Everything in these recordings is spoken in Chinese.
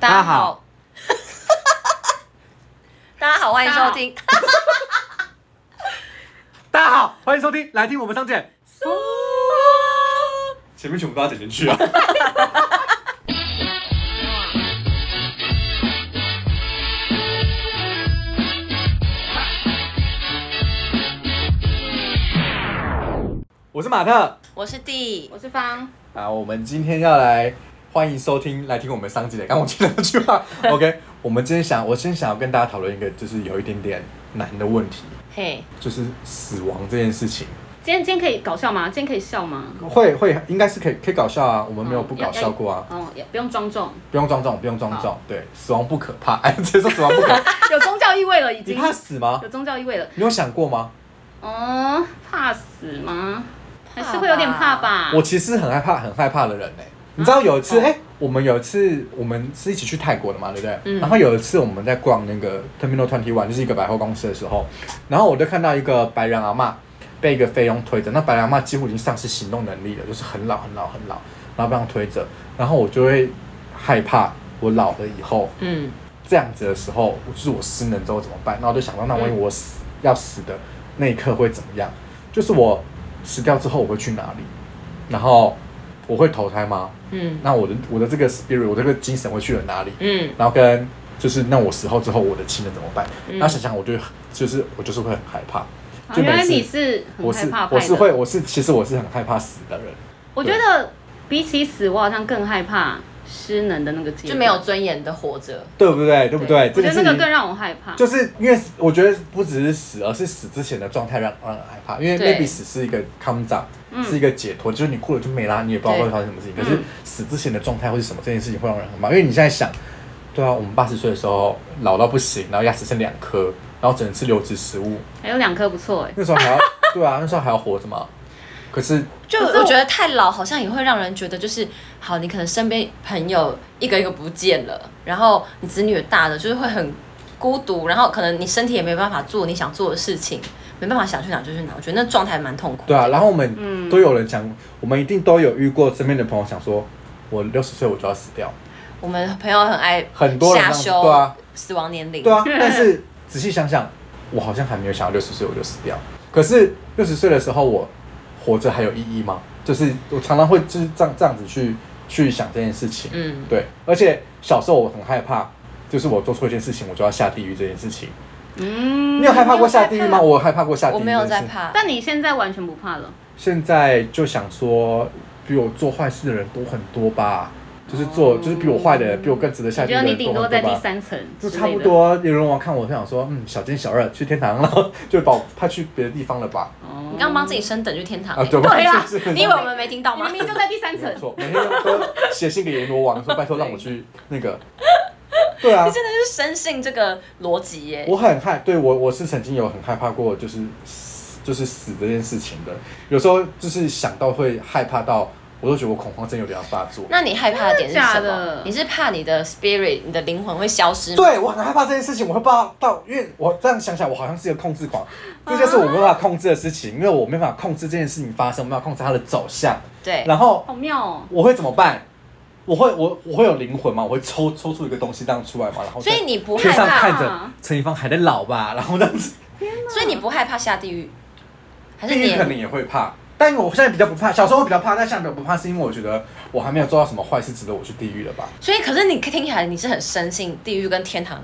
大家好， 大家好，欢迎收听。大家好，欢迎收听，来听我们上见。前面全部都要剪进去啊！我是马特我是 D，我是方，啊，我们今天要来欢迎收听来听我们上集的。刚刚我记得那句 话，OK，我们今天想，我今天想要跟大家讨论一个就是有一点点难的问题，嘿，就是死亡这件事情。今天今天可以搞笑吗？今天可以笑吗？会会应该是可以可以搞笑啊，我们没有嗯不要搞笑过啊，哦，也不用庄重，不用庄重，不用庄重，对，死亡不可怕，哎，直接说死亡不可 怕，有宗教意味了，已你经怕死啊吗 有？宗教意味了。你有想过吗？哦，怕死吗？还怕吧是会有点怕吧。我其实很害怕，很害怕的人呢、你知啊道有一哦次，哎、我们有一次，我们是一起去泰国的嘛，对不对？嗯然后有一次我们在逛那个 Terminal Twenty One，就是一个百货公司的时候，然后我就看到一个白人阿嬷被一个菲佣推着，那白人阿嬷几乎已经丧失行动能力了，就是很老很老很老，然后被他推着，然后我就会害怕，我老了以后嗯，这样子的时候，我就是我失能之后怎么办？然后我就想到，那万嗯一我死、要死的那一刻会怎么样？就是我死掉之后我会去哪里？然后我会投胎吗？嗯，那我的我的这个 spirit，我这个精神会去了哪里？嗯，然后跟就是那我死后之后我的亲人怎么办？嗯然后想想我就就是我就是会很害怕，啊就原每来你次是很我害是怕派我的。是会我是其实我是很害怕死的人，我觉得比起死，我好像更害怕失能的那个阶段就没有。尊严的活着，对不对？对不对？我觉得这那个是更让我害怕。就是因为我觉得不只是死，而是死之前的状态让让人害怕，因为对 maybe 死是一个 come down，、嗯是一个解脱，就是你哭了就没啦，你也不知道会发生什么事情。可对是死之前的状态会是什么，这件事情会让人很怕，因为你现在想，对啊，我们八十岁的时候老到不行，然后牙齿剩两颗，然后只能吃流质食物，还有两颗不错哎。那时候还 要对啊，那时候还要活着嘛。可是就可是我我觉得太老好像也会让人觉得就是，好，你可能身边朋友一个一个不见了，然后你子女也大了，就是会很孤独，然后可能你身体也没办法做你想做的事情，没办法想去哪就去哪，我觉得那状态蛮痛苦。对啊，然后我们嗯都有人讲，我们一定都有遇过身边的朋友想说，我六十岁我就要死掉，我们朋友很爱很多人下这样子修，对啊，死亡年龄， 对啊，但是仔细想想，我好像还没有想到六十岁我就死掉。可是六十岁的时候，我活着还有意义吗？就是我常常会就是这样这样子去去想这件事情。嗯，对，而且小时候我很害怕，就是我做错一件事情，我就要下地狱这件事情。嗯你有害怕过下地狱吗？我害怕过下地狱。我没有在。怕，但你现在完全不怕了。现在就想说，比我做坏事的人多很多吧。就是做，就是比我坏的，比我更值得下我地狱觉的得你人顶多很多多在吧第。三层之就类的，差不多。有人往看我，就想说，嗯，小奸小恶去天堂，然后 就把我派去别的地方了吧？哦。你刚帮自己升等去天堂、欸啊，对吧？对啊， 是是你以为我们没听到吗明？明就在第三层没。错，每天都写信给阎罗王说，拜托让我去 那个。对啊你，真的是深信这个逻辑耶。我很害，对我我是曾经有很害怕过，就是死就是死这件事情的。有时候就是想到会害怕到，我都觉得我恐慌症有点要发作。那你害怕的点是什真的假么的？你是怕你的 spirit，你的灵魂会消失吗？对我很害怕这件事情，我会怕到，因为我这样想想，我好像是一个控制狂，这就是我没办法控制的事情，因为我没办法控制这件事情发生，我没办法控制它的走向。对，然后好妙哦！我会怎么办？我会我我会有灵魂吗？我会抽抽出一个东西这样出来吗？然后所在以你不害天上怕，啊看着陈一芳还在老吧，然后这样子，所以你不害怕下地狱， 还是地你狱也可能也会怕，但我现在比较不怕，小时候会比较怕，但现在比较不怕，是因为我觉得我还没有做到什么坏事值得我去地狱了吧？所以可是你听起来你是很深信地狱跟天堂，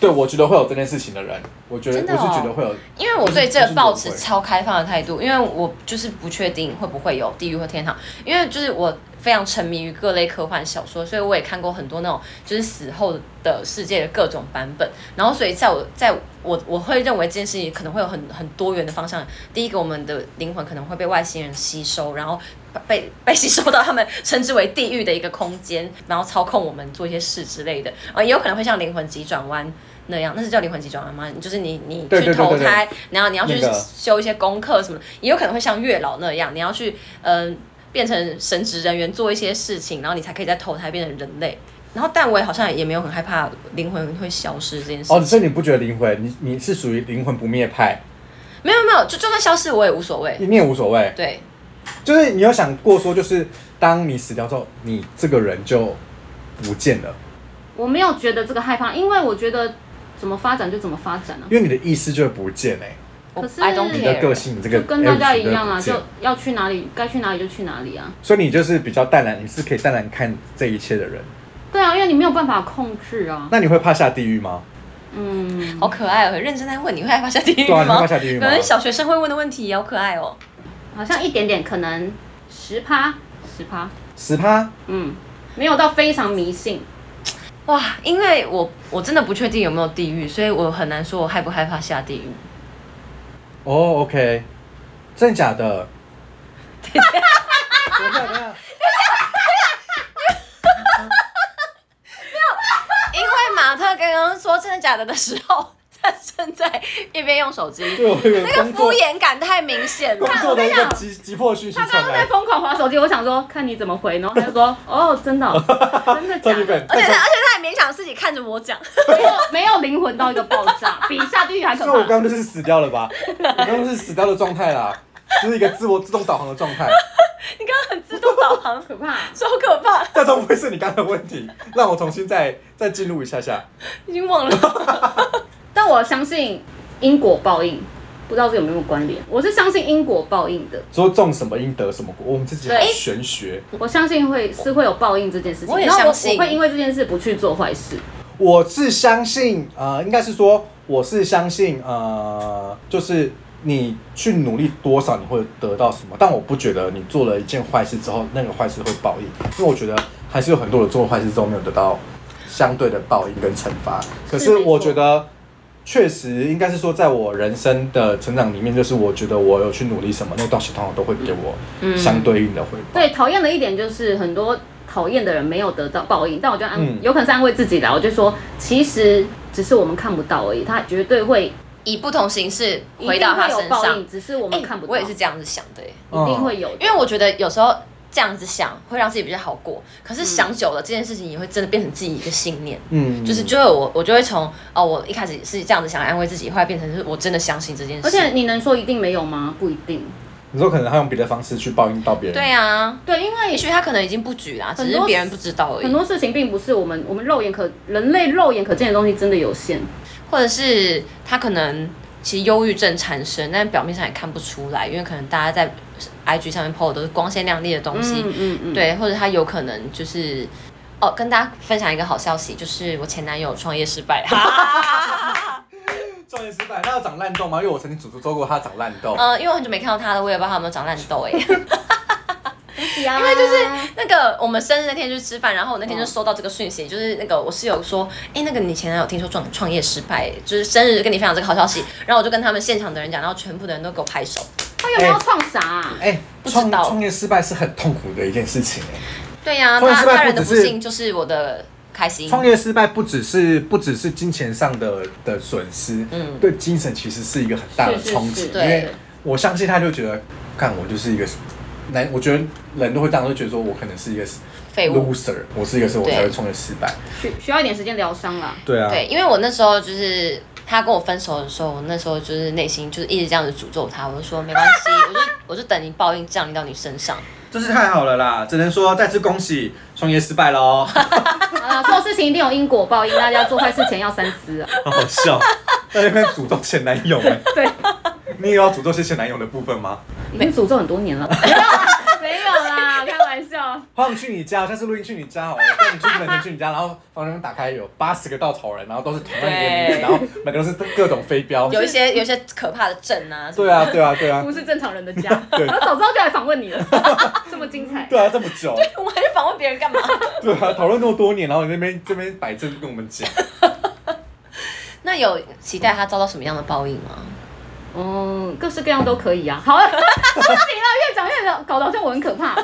对，我觉得会有这件事情的人，我觉得、真的我是哦觉得会有，因为我对这个抱持就是超开放的态度，因为我就是不确定会不会有地狱或天堂，因为就是我非常沉迷于各类科幻小说，所以我也看过很多那种就是死后的世界的各种版本，然后所以在我在我我会认为这件事情可能会有很很多元的方向。第一个，我们的灵魂可能会被外星人吸收，然后被被吸收到他们称之为地狱的一个空间，然后操控我们做一些事之类的，啊，也有可能会像灵魂急转弯。那样，那是叫灵魂急转弯吗？就是你你对去对对投对对胎，然后你要去那个修一些功课什么，也有可能会像月老那样，你要去嗯、呃变成神职人员做一些事情，然后你才可以再投胎变成人类。然后，但我也好像也没有很害怕灵魂会消失这件事情。哦，所以你不觉得灵魂，你你是属于灵魂不灭派，没有没有，就就算消失我也无所谓。你也无所谓。对，就是你有想过说，就是当你死掉之后，你这个人就不见了，我没有觉得这个害怕，因为我觉得怎么发展就怎么发展啊。因为你的意识就会不见哎、我可是 I don't 你你的 care，个性，你这个就跟大家 attitude 一样会啊，不见就要去哪里该去哪里就去哪里啊。所以你就是比较淡然，你是可以淡然看这一切的人。对啊，因为你没有办法控制啊。那你会怕下地狱吗？嗯，好可爱哦！认真在问，你会害怕下地狱对啊，你会吗怕？下地狱可吗？能小学生会问的问题，好可爱哦。好像一点点，可能十趴，十趴，十趴，嗯，没有到非常迷信。哇，因为我我真的不确定有没有地狱，所以我很难说我害不害怕下地狱。哦、o k 真的假 的？等一下，等一下，因为马特刚刚说真的假的的时候，他正在一边用手机，对我有那个工敷作衍感太明显工了。作的一个急急迫讯息他刚传刚在来，疯狂划手机，我想说看你怎么回，然后他 就说哦，真的哦、真的假超级 的，粉，而且太他爽而且他还勉强自己看着我讲， 没有没有灵魂到一个爆炸，比下地狱还可所以我怕。刚刚就是死掉了吧？我刚刚是死掉的状态啦，就是一个自我自动导航的状态。你刚刚很自动导航，可怕，超可怕，这都不会是你刚刚的问题，让我重新再再进入一下下。已经忘了。但我相信因果报应，不知道这有没有关联。我是相信因果报应的，说种什么因得什么果，我们自己好对玄学。我相信会是会有报应这件事情。我也然后相信哦我会因为这件事不去做坏事。我是相信，呃，应该是说我是相信，呃，就是你去努力多少，你会得到什么。但我不觉得你做了一件坏事之后，那个坏事会报应，因为我觉得还是有很多人做坏事之后没有得到相对的报应跟惩罚。可是是没错我觉得。确实，应该是说，在我人生的成长里面，就是我觉得我有去努力什么，那个东西通常都会给我嗯相对应的回报。对，讨厌的一点就是很多讨厌的人没有得到报应，但我就安，嗯有可能是安慰自己啦。我就说，其实只是我们看不到而已，他绝对会以不同形式一回定到他会有身报上应，，只是我我们看不到。哎我也是这样子想的耶，一定会有的，因为我觉得有时候这样子想会让自己比较好过，可是想久了、这件事情也会真的变成自己一个信念。嗯，就是就会我我就会从哦，我一开始是这样子想安慰自己，后来变成是我真的相信这件事。而且你能说一定没有吗？不一定。你说可能他用别的方式去报应到别人，对啊，对，因也为许他可能已经不举啦，很只多是别人不知道而很已，多事情并不是我们我们肉眼可人类肉眼可见的东西真的有限。或者是他可能其实忧郁症缠身，但表面上也看不出来，因为可能大家在 IG 上面 PO 的都是光鲜亮丽的东西，嗯嗯，对，或者他有可能就是。哦，跟大家分享一个好消息，就是我前男友创业失败。创业失败，那要长烂痘吗？因为我曾经诅咒过他长烂痘。呃，因为我很久没看到他了，我也不知道他有没有长烂痘哎、因为就是哎 那个我们生日那天去吃饭，然后我那天就收到这个讯息，就是那个我室友说，哎、那个你前男友听说创创业失败，就是生日跟你分享这个好消息，然后我就跟他们现场的人讲，然后全部的人都给我拍手，他有没有创啥啊？哎、不知创道创业失败是很痛苦的一件事情、哎对呀、创业他失败他不人的只不是幸就是我的开心，创业失败不只是不只是金钱上的的损失，嗯对精神其实是一个很大的是是冲击，是因对为我相信他就觉得，看我就是一个男，我觉得人都会这样，都觉得说我可能是一个废物。 loser，我是一个是我对才会创业失败，需需要一点时间疗伤啦。对啊对，因为我那时候就是他跟我分手的时候，我那时候就是内心就是一直这样子诅咒他，我就说没关 系，我就我就等你报应降临到你身上。真是太好了啦，只能说再次恭喜创业失败喽，啊，做事情一定有因果报应，大家做坏事前要三思啊。好好笑， 在那边诅咒前男友、哎对，你也要诅咒些前男友的部分吗？已经诅咒很多年了。 没有啊啦没有啦，开玩笑。好想去你家，下次录音去你家好了，带你去门前去你家，然后房间门打开有八十个稻草人，然后都是同样一个名字，对然后每个都是各种飞镖。有一些有一些可怕的症啊，对啊，对啊，对啊不，是正常人的家。对我早知道就来访问你 了，这么精彩。对啊，这么 久，我还去访问别人干嘛？ 对啊，讨论这么多年，然后你那边这边摆正跟我们讲，那有期待他遭到什么样的报应吗？嗯，各式各样都可以啊。好 了，不行了，越讲越搞得好像我很可怕。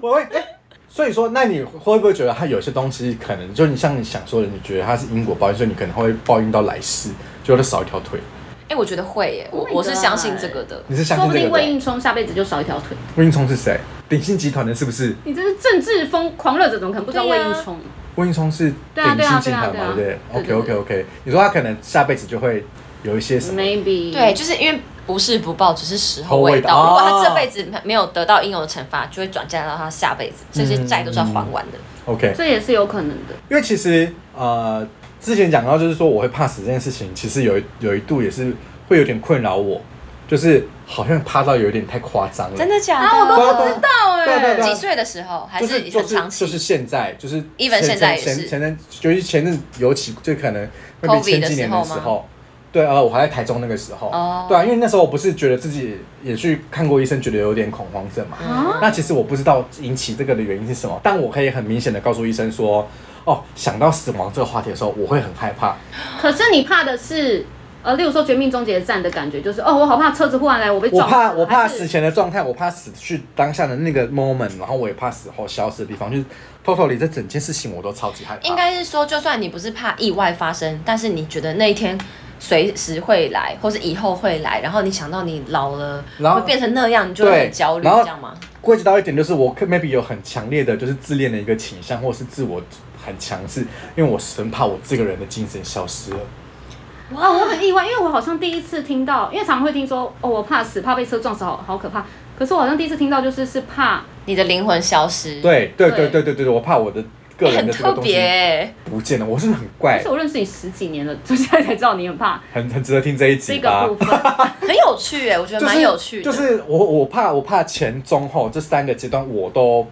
我会。哎所以说，那你会不会觉得他有些东西可能就你像你想说的，你觉得他是因果报应，所以你可能会报应到来世，就会少一条腿。哎、我觉得会耶，我 Oh my 我是相信 God 这个的。你是相说信不这定个魏的？应冲下辈子就少一条腿。魏应冲是谁？鼎信集团的是不是？你这是政治疯狂热者，怎么可能不知道对魏啊应冲？温冲是对啊顶对啊薪金牌嘛，对对啊不对对啊对？OK OK OK，你说他可能下辈子就会有一些什么？ Maybe 对，就是因为不是不报，只是时候候未未到到。如果哦他这辈子没有得到应有的惩罚，就会转嫁到他下辈子，这些嗯债都是要还完的。 OK，这也是有可能的。因为其实呃，之前讲到就是说我会怕死这件事情，其实有一有一度也是会有点困扰我，就是好像怕到有点太夸张了。真的假的？啊，我对啊都不对啊知道哎、对啊对啊对啊几岁的时候还就是是就很是长期？就是现在就是 Even 前现在也前是前阵，尤其前阵尤其就可能会 COVID 比前几年的的时时候，候吗对啊，我还在台中那个时候哦对啊，因为那时候我不是觉得自己也去看过医生，觉得有点恐慌症嘛。啊嗯那其实我不知道引起这个的原因是什么，但我可以很明显的告诉医生说，哦，想到死亡这个话题的时候，我会很害怕。可是你怕的是，呃，例如说《绝命终结站》的感觉，就是哦，我好怕车子忽然来，我被我撞死怕我怕还是死前的状态，我怕死去当下的那个 moment，然后我也怕死后消失的地方，就是 totally 这整件事情我都超级害怕。应该是说，就算你不是怕意外发生，但是你觉得那一天随时会来，或是以后会来，然后你想到你老了然后会变成那样，你就会对很焦虑，然后这样吗？归结到一点，就是我 maybe 有很强烈的就是自恋的一个倾向，或是自我很强势，因为我生怕我这个人的精神消失了。啊、我很意外，因为我好像第一次听到，因为常会听说哦，我怕死，怕被车撞死，好好可怕。可是我好像第一次听到，就是是怕你的灵魂消失，对对对对对对对，我怕我的个欸，人很的这个特东别西欸。不见了，我是不是很怪而且，我认识你十几年了， 就现在才知道你很怕很很值得听这一这集个吧部。分。很有趣哎，我觉得蛮有趣的。就是就是我我怕我怕前中后这三个阶段我都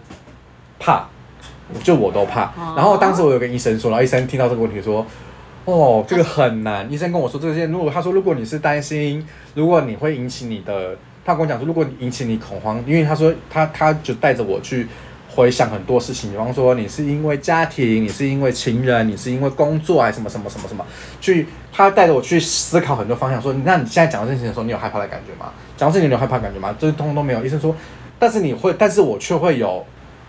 怕，就我都怕。哦然后当时我有跟医生说，然后医生听到这个问题说。哦，这个很难。医生跟我说这些，如果他说如果你是担心，如果你会引起你的，他跟我讲说，如果你引起你恐慌，因为他说他他就带着我去回想很多事情，比方说你是因为家庭，你是因为情人，你是因为工作还是什么什么什么什么，去他带着我去思考很多方向，说那你现在讲到事情的时候，你有害怕的感觉吗？讲到事情你有害怕的感觉吗？这通通都没有。医生说，但是你会，但是我却会有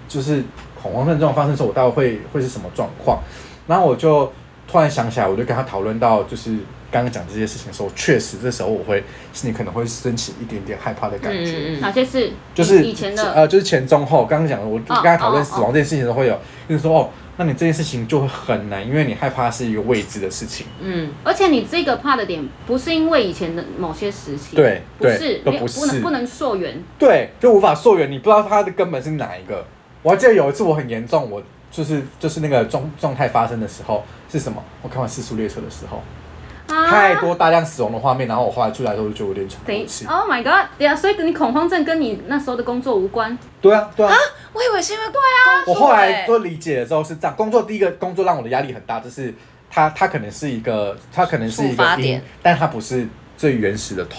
就是恐慌症状发生的时候，我大概会会是什么状况？然后我就突然想起来，我就跟他讨论到就是刚刚讲这些事情的时候，确实这时候我会心里可能会升起一点点害怕的感觉。嗯嗯嗯哪些是就是以前的？呃，就是前中后。刚刚讲的，我哦跟他讨论哦死亡这件事情的时候，会有就是说哦，那你这件事情就会很难，因为你害怕是一个未知的事情。嗯，而且你这个怕的点不是因为以前的某些时期，对不对是，都没有不是不能不能溯源，对，就无法溯源，你不知道它的根本是哪一个。我还记得有一次我很严重，我就是就是那个状状态发生的时候是什么？我看完《四速列车》的时候，啊太多大量死亡的画面，然后我后来出来的时候我就觉得我有点喘不等过于气。 ，Oh my God，对啊，所以你恐慌症跟你那时候的工作无关，对啊，对啊，我以为是因为对啊我后哎来都理解了之后是这样。工作第一个工作让我的压力很大，就是它它可能是一个它可能是一触发个因点，但它不是最原始的头。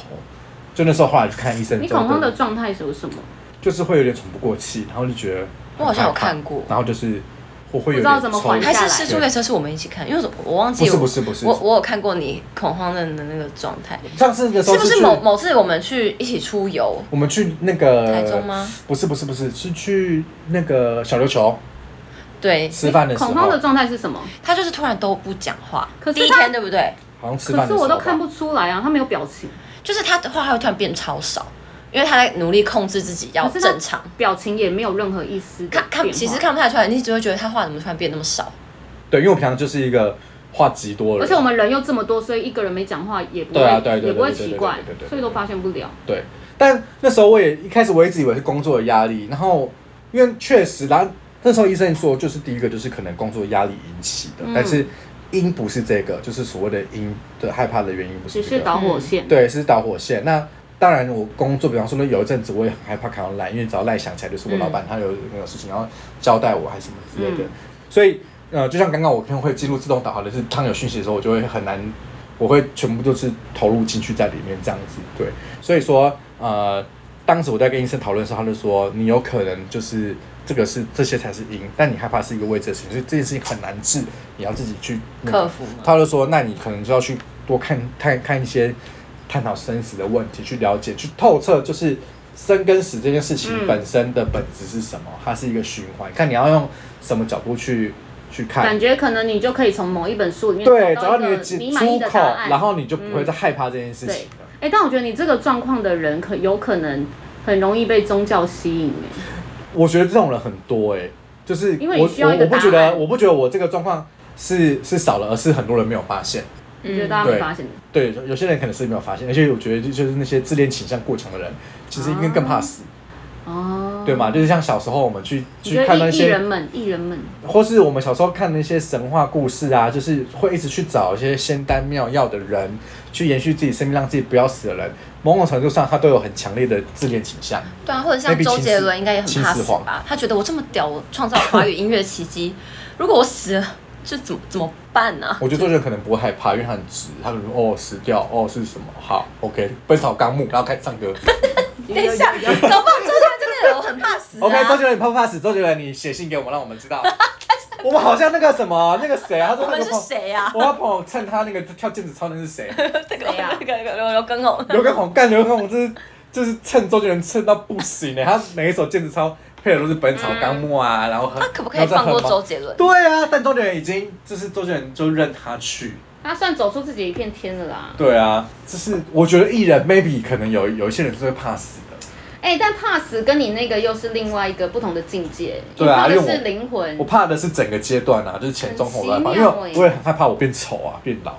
就那时候后来去看医生，你之后恐慌就的状态是有什么？就是会有点喘不过气，然后就觉得我好像有很害怕看过然后就是我会有不知道点怎么抽缓还下是来《失速列车》是我们一起看，因为我我忘不记是我不是不是，我我有看过你恐慌症的那个状态，上次的时候是不是去某某次我们去一起出游？我们去那个台中吗？不是不是不是，是去那个小琉球对，吃饭的时候，恐慌的状态是什么？他就是突然都不讲话，可是第一他天对不对？好像吃饭的时可是候吧，我都看不出来啊，他没有表情，就是他的话还会突然变超少，因为他在努力控制自己要可是他正常。表情也没有任何一丝的看看，变化其实看不太出来，你只会觉得他话怎么突然变那么少。对，因为我平常就是一个话极多的而人，且我们人又这么多，所以一个人没讲话也不会，对啊对对对也不会对对对奇怪对对对对，所以都发现不了。对，但那时候我也一开始我一直以为是工作的压力，然后因为确实，然后那时候医生说，就是第一个就是可能工作压力引起的，嗯但是因不是这个，就是所谓的因的害怕的原因不是、只这个。是导火线，对，是导火线。那当然，我工作，比方说呢，有一阵子我也很害怕看到赖，因为只要赖想起来，就是我嗯老板他有那个事情，然后交代我还是什么之类的。嗯所以，呃，就像刚刚我可能会记录自动导航的是，当有讯息的时候，我就会很难，我会全部都是投入进去在里面这样子。对，所以说，呃，当时我在跟医生讨论的时候，他就说，你有可能就是这个是这些才是因，但你害怕是一个未知的事情，所以这件事情很难治，你要自己去、那个克服吗他就说，那你可能就要去多看看看一些探讨生死的问题，去了解，去透彻，就是生跟死这件事情嗯本身的本质是什么，它是一个循环，看你要用什么角度去去看感。觉可能你就可以从某一本书里面对，找找到到你的一解个你满出意的口答，案。然后你就不会嗯再害怕这件事情了。哎、但我觉得你这个状况的人可有可能很容易被宗教吸引、哎，我觉得这种人很多哎、就是因为我你需要我一个我不觉答得案我不觉得我这个状况是是少了，而是很多人没有发现。我觉得大家没对发现。对，有有些人可能是没有发现，而且我觉得就是那些自恋倾向过强的人，其实应该更怕死，哦，对嗯吗？就是像小时候我们去我去觉看那得艺艺人些，们，艺人们，或是我们小时候看那些神话故事啊，就是会一直去找一些仙丹妙药的人，去延续自己生命，让自己不要死的人，某种程度上他都有很强烈的自恋倾向。对啊，或者像 Maybe 周杰秦伦始应该也很怕秦死始皇吧？他觉得我这么屌，我创造华语音乐奇迹，如果我死了，就怎么怎么办呢、啊？我觉得周杰伦可能不会害怕，因为他很直，他可能哦死掉哦是什么好，OK，奔草纲目，然后开始唱歌。啊等一下，搞不好周杰伦真的有很怕死、啊。 OK，周杰伦你怕不怕死？周杰伦你写信给我们，让我 们知道。我们好像那个什么那个谁啊，他说我那们个是朋友谁呀、我要朋友趁他那个跳毽子操那是谁？ 这个谁啊这个这个刘刘根红，刘畊宏干刘畊宏，这是这是趁周杰伦趁到不行呢、他每一首毽子操配的都是《本草纲目》啊，然后很他可不可以放过？周杰伦然后再很？对啊，但周杰伦已经就是周杰伦就任他去。他算走出自己一片天了啦。对啊，就是我觉得艺人 maybe 可能有有一些人是会怕死的，哎、但怕死跟你那个又是另外一个不同的境界。对啊因为你怕的我是灵魂我。怕的是整个阶段啊，就是前中后都在怕，因嗯很奇为妙我欸我也很害怕我变丑啊，变老，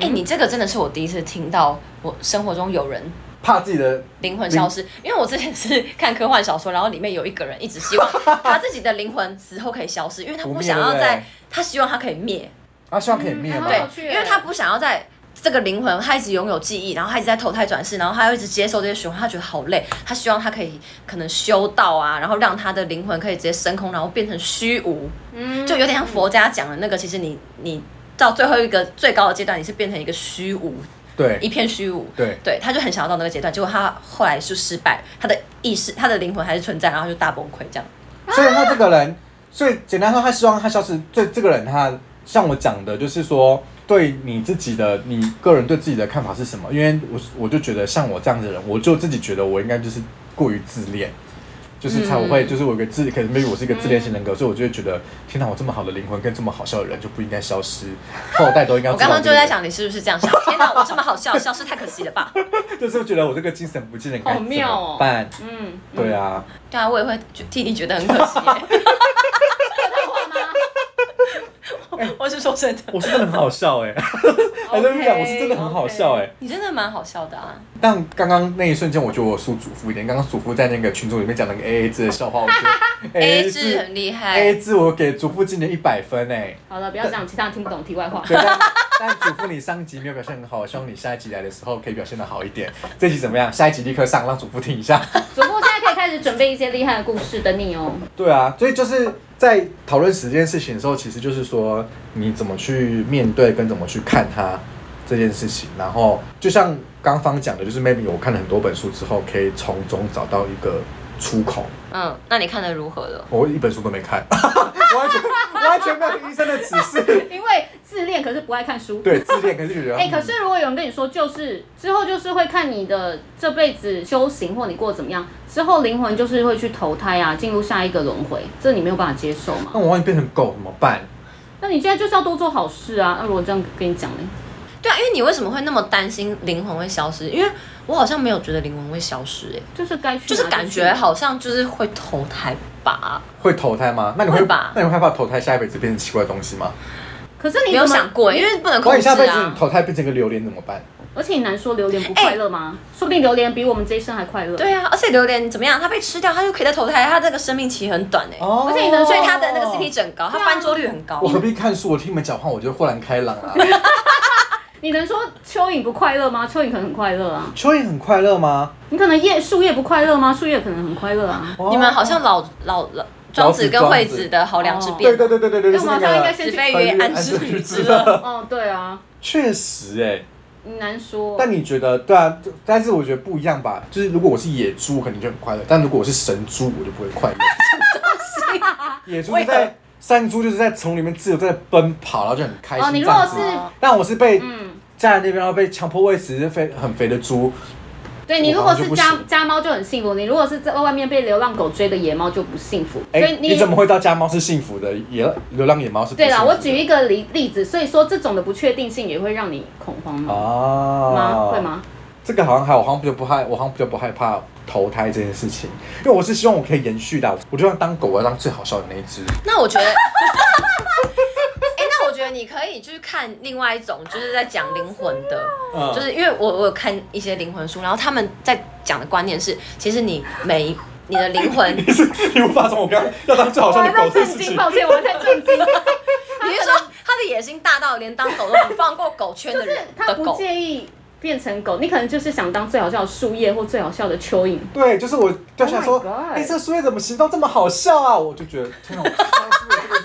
哎、你这个真的是我第一次听到，我生活中有人怕自己的灵魂消失，因为我之前是看科幻小说，然后里面有一个人一直 希望他自己的灵魂死后可以消失，因为他不不灭欸想要对不在对，他希望他可以灭，啊，希望可以灭吗？嗯好对有，趣因欸为他不想要在这个灵魂，他一直拥有记忆，然后他一直在投胎转世，然后他又一直接受这些循环，他觉得好累，他希望他可以可能修道啊，然后让他的灵魂可以直接升空，然后变成虚无，嗯就有点像佛家讲的那个，其实你你到最后一个最高的阶段，你是变成一个虚无，一对片虚无。对，对，他就很想要到那个阶段，结果他后来就失败，他的意识、他的灵魂还是存在，然后就大崩溃这样。所以他这个人，所以简单说，他希望他消失。对这个人他，像我讲的，就是说对你自己的，你个人对自己的看法是什么？因为我我就觉得像我这样子的人，我就自己觉得我应该就是过于自恋。就是才我会，嗯就是我有个自，可能 maybe 我是一个自恋型人格，所以我就会觉得，天哪，我这么好的灵魂跟这么好笑的人就不应该消失，后代都应该。我刚刚就在，想，你是不是这样想？天哪，我这么好笑，消失太可惜了吧？就是觉得我这个精神不健的该好怎妙哦么办？嗯，嗯对啊，对啊，我也会觉替你觉得很可惜耶。有这话吗？ 我是说真的，我是真的很好笑 哎、还在那边讲，我是真的很好笑哎、你真的蛮好笑的啊。但刚刚那一瞬间，我觉得我叔祖父一点。刚刚祖父在那个群组里面讲那个 A A 制的笑话，我觉 得哎 A 制很厉 A A 害，制，我给祖父今年一百分哎。好了，不要讲其他人听不懂题外话。对，但 但祖父你上一集没有表现很好，我希望你下一集来的时候可以表现的好一点。这集怎么样？下一集立刻上，让祖父听一下。 主播现在可以开始准备一些厉害的故事等你哦。对啊，所以就是在讨论死这件事情的时候，其实就是说你怎么去面对跟怎么去看它这件事情。然后就像刚方讲的，就是 maybe 我看了很多本书之后，可以从中找到一个出口。嗯，那你看的如何了？我一本书都没看， 完全完全没有听医生的指 示。因为自恋可是不爱看书。对，啊自恋跟是觉得，哎、可是如果有人跟你说，就是之后就是会看你的这辈子修行或你过得怎么样，之后灵魂就是会去投胎啊，进入下一个轮回，这你没有办法接受那嘛？我万一变成狗怎么办？那你现在就是要多做好事啊！那如果这样跟你讲呢？对啊，因为你为什么会那么担心灵魂会消失？因为我好像没有觉得灵魂会消失、欸，就是该去，就是感觉。好像就是会投胎吧，会投胎吗？那你会会吧那你会害怕投胎下一辈子变成奇怪的东西吗？可是你没怎有么想，过、因为不能控万一制下辈子你啊。投胎变成一个榴莲怎么办？而且你难说榴莲不快乐吗？说不定榴莲比我们这一生还快乐。，哎对啊，而且榴莲怎么样？它被吃掉，它就可以再投胎，它这个生命期很短哎、哦而且你能所以它的那个 CP 值很高，它对啊翻桌率很高我。何必看书？我听你们讲话，我就豁然开朗啊！你能说蚯蚓不快乐吗？蚯蚓可能很快乐啊。蚯蚓很快乐吗？你可能叶树叶不快乐吗？树叶可能很快 乐啊。哦你们好像老老老庄子跟惠子的好良之对辩，对对对对对，就那是那我好像应该个哦先子去。非关于鱼，安安知知鱼鱼之之乐。乐哦，对啊，确实哎、你难说。哦但你觉得对啊？但是我觉得不一样吧。就是如果我是野猪，肯定就很快乐；但如果我是神猪，我就不会快 乐。野猪就为何在山猪就是在丛里面自由在奔跑，然后就很开心。哦，你如这果样子啊是但我是被嗯，站在那边，然后被强迫喂食肥很肥的猪，对你我如好果像就是不家行家猫就很幸福，你如果是在外面被流浪狗追的野猫就不幸福。哎、嗯所以你怎么会知道家猫是幸福的？野流浪野猫是不对幸啦，福的我举一个例例子，所以说这种的不确定性也会让你恐慌哦吗？吗？啊，会？吗？这个好像还好，我好像比较不害，我好像比较不害怕投胎这件事情，因为我是希望我可以 延续的啊，我就要当狗，我要当最好笑的那一只。那我觉得，哎，那我觉得得你可以去看另外一种，就是在讲灵魂的，嗯就是因为我我有看一些灵魂书，然后他们在讲的观念是，其实你每 一你的灵魂，你是你无法从我刚刚要当最好笑哦的狗这件事情，抱歉，我太震 惊。你是说他的野心大到连当狗都不放过狗圈就的是人他的不狗？介意变成狗，你可能就是想当最好笑的树叶或最好笑的蚯蚓。对，就是我掉下来说 Oh，my god 哎、这书页怎么形状这么好笑啊？我就觉得天哪，我看到书页这个是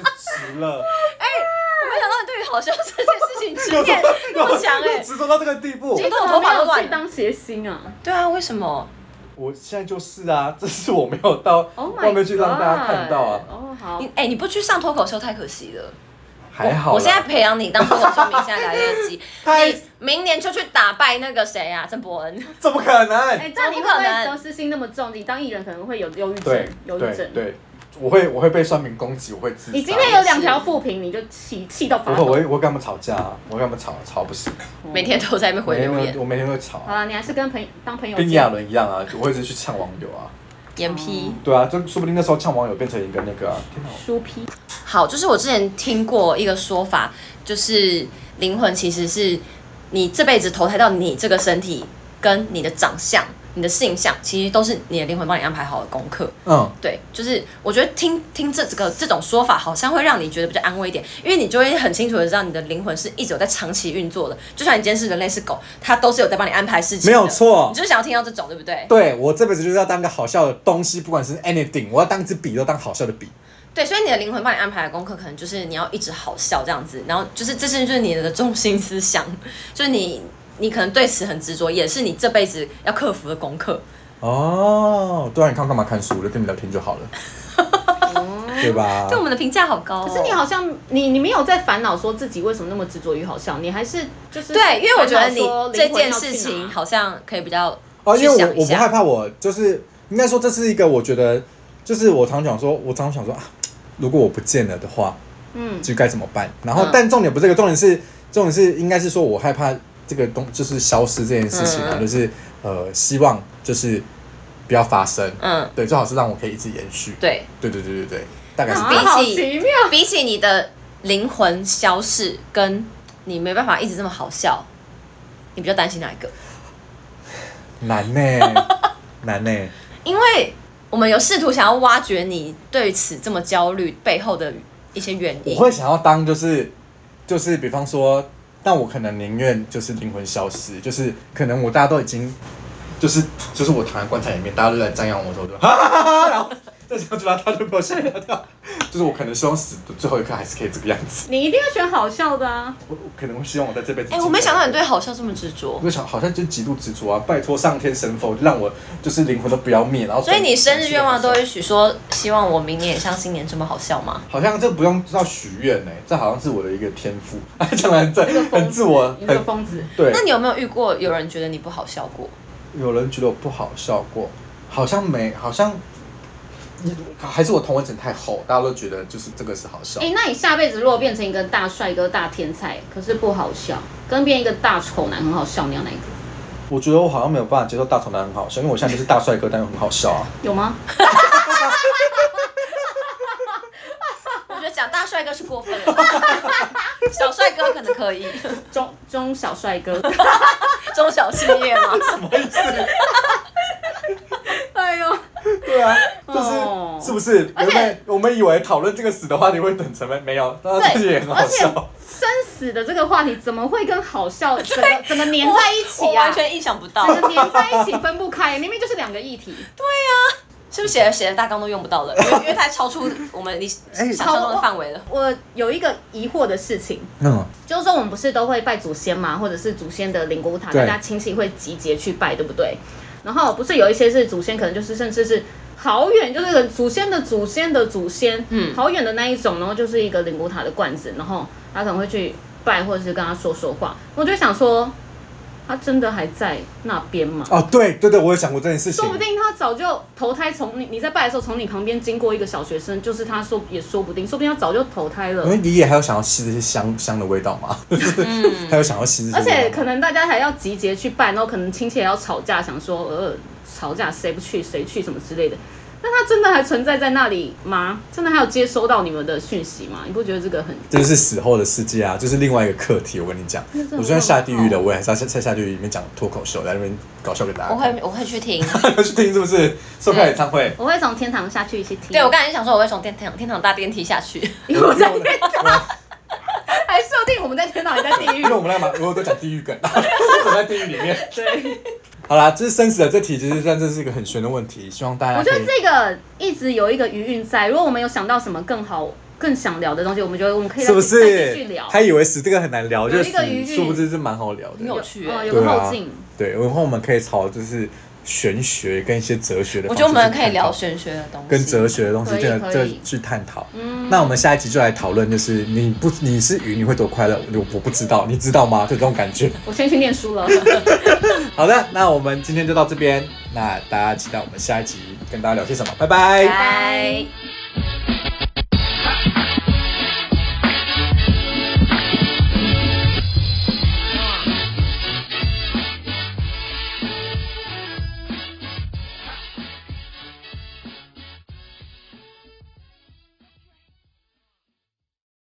值了，我没想到你对于好笑这件事情有执 念那么强哎、有执着到这个地步这。欸个我头发都乱你怎么没了有去当谐星啊？对啊，为什么？我现在就是啊，这是我没有到 Oh my 外面去让大家看到啊 god，哦，好你，哎、你不去上脱口秀太可惜了。还好啦。我现在培养你当脱口秀明星来得 及，太你明年就去打败那个谁啊，郑伯恩。怎么可能？哎，怎那么不你会不可能会得失心那么重？你当艺人可能会有忧郁症对，忧郁对症。对，我会我会被酸民攻击，我会自杀。你今天有两条负评，你就气气到不发会，我抖。会我会跟他们吵架啊，我会跟他们吵吵不行，每天都在那边每回天留会言，我每天都会吵啊，好了，你还是跟朋友当朋友跟见亚伦一样啊，我一直去呛网友啊。眼皮。对啊，就说不定那时候呛网友变成一个那个啊、天哪，书批。好，就是我之前听过一个说法，就是灵魂其实是你这辈子投胎到你这个身体，跟你的长相、你的性向，其实都是你的灵魂帮你安排好的功课。嗯，对，就是我觉得听听这这个这种说法，好像会让你觉得比较安慰一点，因为你就会很清楚的知道你的灵魂是一直有在长期运作的。就像你今天是人类是狗，它都是有在帮你安排事情，没有。错你。就是想要听到这种，对不对？对我这辈子就是要当个好笑的东西，不管是 anything，我要当一支笔都当好笑的笔。对，所以你的灵魂帮你安排的功课，可能就是你要一直好笑这样子，然后就是这是就是你的中心思想，就是你你可能对此很执着，也是你这辈子要克服的功课。哦，对啊，你看我干嘛看书？我就跟你聊天就 好了，哦对吧对？我们的评价好高、哦，可是你好像你你没有在烦恼说自己为什么那么执着于好笑，你还是就是对，因为我觉得烦恼你说这灵魂件要事去哪情好像可以比较哦，因去为我想一我不下害怕我，就是应该说这是一个我觉得，就是我常想说，我常想说啊，如果我不见了的话，嗯，就该怎么办？然后嗯，但重点不是这个，重点是重点是应该是说我害怕这个东就是消失这件事情啊，嗯就是呃，希望就是不要发生，嗯，对，最好是让我可以一直延续。对，对对对对对，大概是啊这样。好比起奇妙。比起你的灵魂消逝，跟你没办法一直这么好笑，你比较担心哪一个？难呢、 难呢、因为我们有试图想要挖掘你对此这么焦虑背后的一些原我因。会想要当就是就是，比方说，但我可能宁愿就是灵魂消失，就是可能我大家都已经就是就是我躺在棺材里面，大家都在瞻仰我的时候，我就 哈哈哈哈，然后再想起来他就被我吓一跳，就是我可能希望死的最后一刻还是可以这个样子，你一定要选好笑的啊！我我可能会希望我在这辈子。哎、我没想到你对好笑这么执着我，就想，好像就极度执着啊！拜托上天神佛，让我就是灵魂都不要灭，然后所以你生日愿望都会许说，希望我明年也像今年这么好笑吗？好像这不用要许愿呢，这好像是我的一个天赋。 讲来这很自我，你这个很疯子，对那。你有没有遇过有人觉得你不好笑过？有人觉得我不好笑过，好像没，好像还是我同文层太厚，大家都觉得就是这个是好笑。哎、那你下辈子如果变成一个大帅哥、大天才，可是不好笑，跟变一个大丑男很好笑，你要哪一个？我觉得我好像没有办法接受大丑男很好笑，因为我现在就是大帅哥，但又很好笑 啊。有吗？ 我觉得讲大帅哥是过分 了，小帅哥可能可以，中中小帅哥， 中小企业吗？哎呦，对啊，就是、哦是不是？而原且本我们以为讨论这个死的话题会等成为没有，当然这也很好而且笑。生死的这个话题怎么会跟 好笑整个整个粘在一我起啊完？全意想不到，整个粘在一起分不开，明明就是两个议题。是不是写的写的大纲都用不到 了？因为因为太超出我们理哎想象中的范围了。我有一个疑惑的事情，嗯，就是说我们不是都会拜祖先嘛，或者是祖先的灵骨塔，对大家亲戚会集结去拜，对不对？然后不是有一些是祖先，可能就是甚至是好远，就是祖先的祖先的祖先，嗯好远的那一种，然后就是一个灵骨塔的罐子，然后他可能会去拜，或者是跟他说说话。我就想说，他真的还在那边吗？哦，对对对，我有想过这件事情说。不定他早就投胎从你你在拜的时候，从你旁边经过一个小学生，就是他说也说不定，说不定他早就投胎了因。为你也还有想要吸这些香香的味道吗？嗯还有想要吸这些嗯而味道吗？且可能大家还要集结去办，然后可能亲戚也要吵架，想说呃吵架谁不去谁去什么之类的。那他它真的还存在在那里吗？真的还有接收到你们的讯息吗？你不觉得这个很？这就是死后的世界啊，就是另外一个课题。我跟你讲那哦真，的我就算下地狱很了，好我也还是要在在下地狱里面讲脱口秀，在那边搞笑给大我家会 看。我会去 听。要去听是不是？售票演唱会。我会从天堂下去一起听。对我刚才就想说我会从天堂天堂大电梯下去，因为我 在因为我 还设定我们在天堂，也在地狱因为。我们那嘛，我都讲地狱梗， 然后就走在地狱里面。对，好啦，就是生死的这题，其实算这是一个很悬的问题，希望大家我觉可得以。这个一直有一个余韵在。如果我们有想到什么更好、更想聊的东西，我们觉得我们可以是不再继续是聊？。他以为死这个很难聊，有就一是个余韵殊不知是蛮好聊的很。有趣欸哦有个对啊后劲。对，然后我们可以朝就是玄学跟一些哲学的我方觉得式去探讨，我们可以聊玄学的东西，跟哲学的东西可以这可这以去探讨。嗯那我们下一集就来讨论，就是你不你是鱼，你会多快乐？我我不知道，你知道吗？就这种感觉。我先去念书了，好的，那我们今天就到这边，那大家期待我们下一集跟大家聊些什么，拜拜拜拜拜。